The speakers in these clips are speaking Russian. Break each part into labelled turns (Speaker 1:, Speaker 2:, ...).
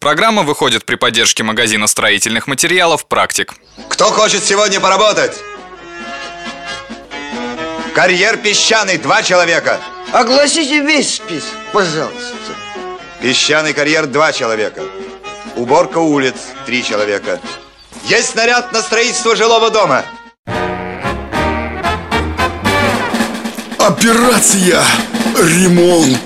Speaker 1: Программа выходит при поддержке магазина строительных материалов «Практик».
Speaker 2: Кто хочет сегодня поработать? Карьер песчаный, два человека.
Speaker 3: Огласите весь список, пожалуйста.
Speaker 2: Песчаный карьер, два человека. Уборка улиц, три человека. Есть снаряд на строительство жилого дома.
Speaker 4: Операция «Ремонт».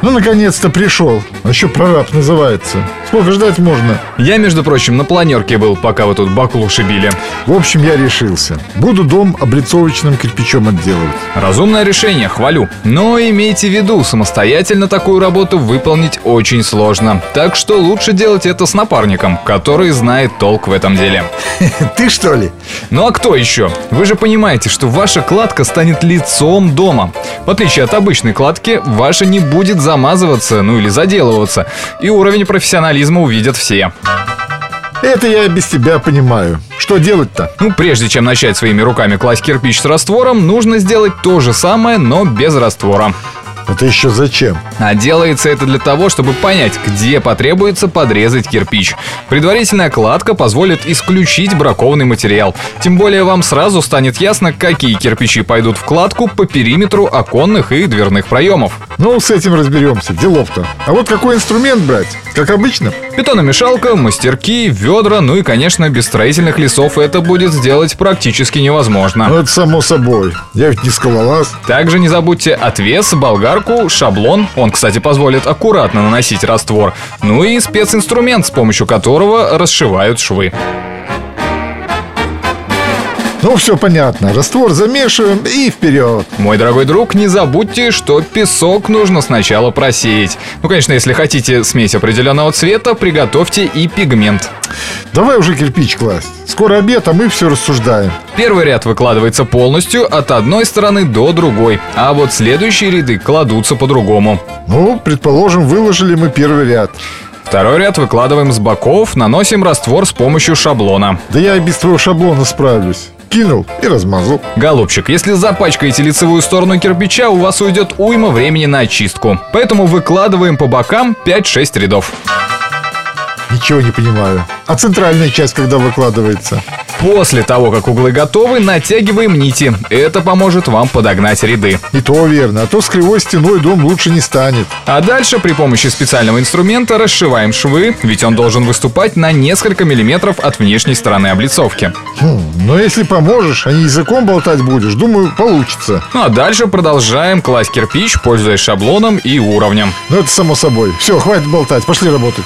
Speaker 5: Ну, наконец-то пришел. А еще прораб называется. Сколько ждать можно?
Speaker 1: Я, между прочим, на планерке был, пока вы тут баклу шибили.
Speaker 5: В общем, я решился. Буду дом облицовочным кирпичом отделывать.
Speaker 1: Разумное решение, хвалю. Но имейте в виду, самостоятельно такую работу выполнить очень сложно. Так что лучше делать это с напарником, который знает толк в этом деле.
Speaker 5: Ты что ли?
Speaker 1: Ну а кто еще? Вы же понимаете, что ваша кладка станет лицом дома. В отличие от обычной кладки, ваша не будет замазываться, ну или заделываться. И уровень профессионализма увидят все.
Speaker 5: Это я без тебя понимаю. Что делать-то?
Speaker 1: Ну, прежде чем начать своими руками класть кирпич с раствором, нужно сделать то же самое, но без раствора.
Speaker 5: Это еще зачем?
Speaker 1: А делается это для того, чтобы понять, где потребуется подрезать кирпич. Предварительная кладка позволит исключить бракованный материал. Тем более вам сразу станет ясно, какие кирпичи пойдут в кладку по периметру оконных и дверных проемов.
Speaker 5: Ну, с этим разберемся. Делов-то. А вот какой инструмент брать? Как обычно?
Speaker 1: Бетономешалка, мастерки, ведра, ну и, конечно, без строительных лесов это будет сделать практически
Speaker 5: Ну,
Speaker 1: невозможно.
Speaker 5: это само собой. Я ведь не скалолаз.
Speaker 1: Также не забудьте отвес, болгарку, шаблон. Он, кстати, позволит аккуратно наносить раствор. Ну и специнструмент, с помощью которого расшивают швы.
Speaker 5: Ну, все понятно. Раствор замешиваем и вперед.
Speaker 1: Мой дорогой друг, не забудьте, что песок нужно сначала просеять. Ну, конечно, если хотите смесь определенного цвета, приготовьте и пигмент.
Speaker 5: Давай уже кирпич класть. Скоро обед, а мы все рассуждаем.
Speaker 1: Первый ряд выкладывается полностью от одной стороны до другой, а вот следующие ряды кладутся по-другому.
Speaker 5: Ну, предположим, выложили мы первый ряд.
Speaker 1: Второй ряд выкладываем с боков, наносим раствор с помощью шаблона.
Speaker 5: Да я и без твоего шаблона справлюсь. Кинул и размазал.
Speaker 1: Голубчик, если запачкаете лицевую сторону кирпича, у вас уйдет уйма времени на очистку. Поэтому выкладываем по бокам 5-6 рядов.
Speaker 5: Ничего не понимаю. А центральная часть, когда выкладывается?
Speaker 1: После того, как углы готовы, натягиваем нити. Это поможет вам подогнать ряды.
Speaker 5: И то верно, а то с кривой стеной дом лучше не станет.
Speaker 1: А дальше при помощи специального инструмента расшиваем швы, ведь он должен выступать на несколько миллиметров от внешней стороны облицовки.
Speaker 5: Хм, но если поможешь, а не языком болтать будешь, думаю, получится.
Speaker 1: Ну а дальше продолжаем класть кирпич, пользуясь шаблоном и уровнем.
Speaker 5: Но это само собой. Все, хватит болтать, пошли работать.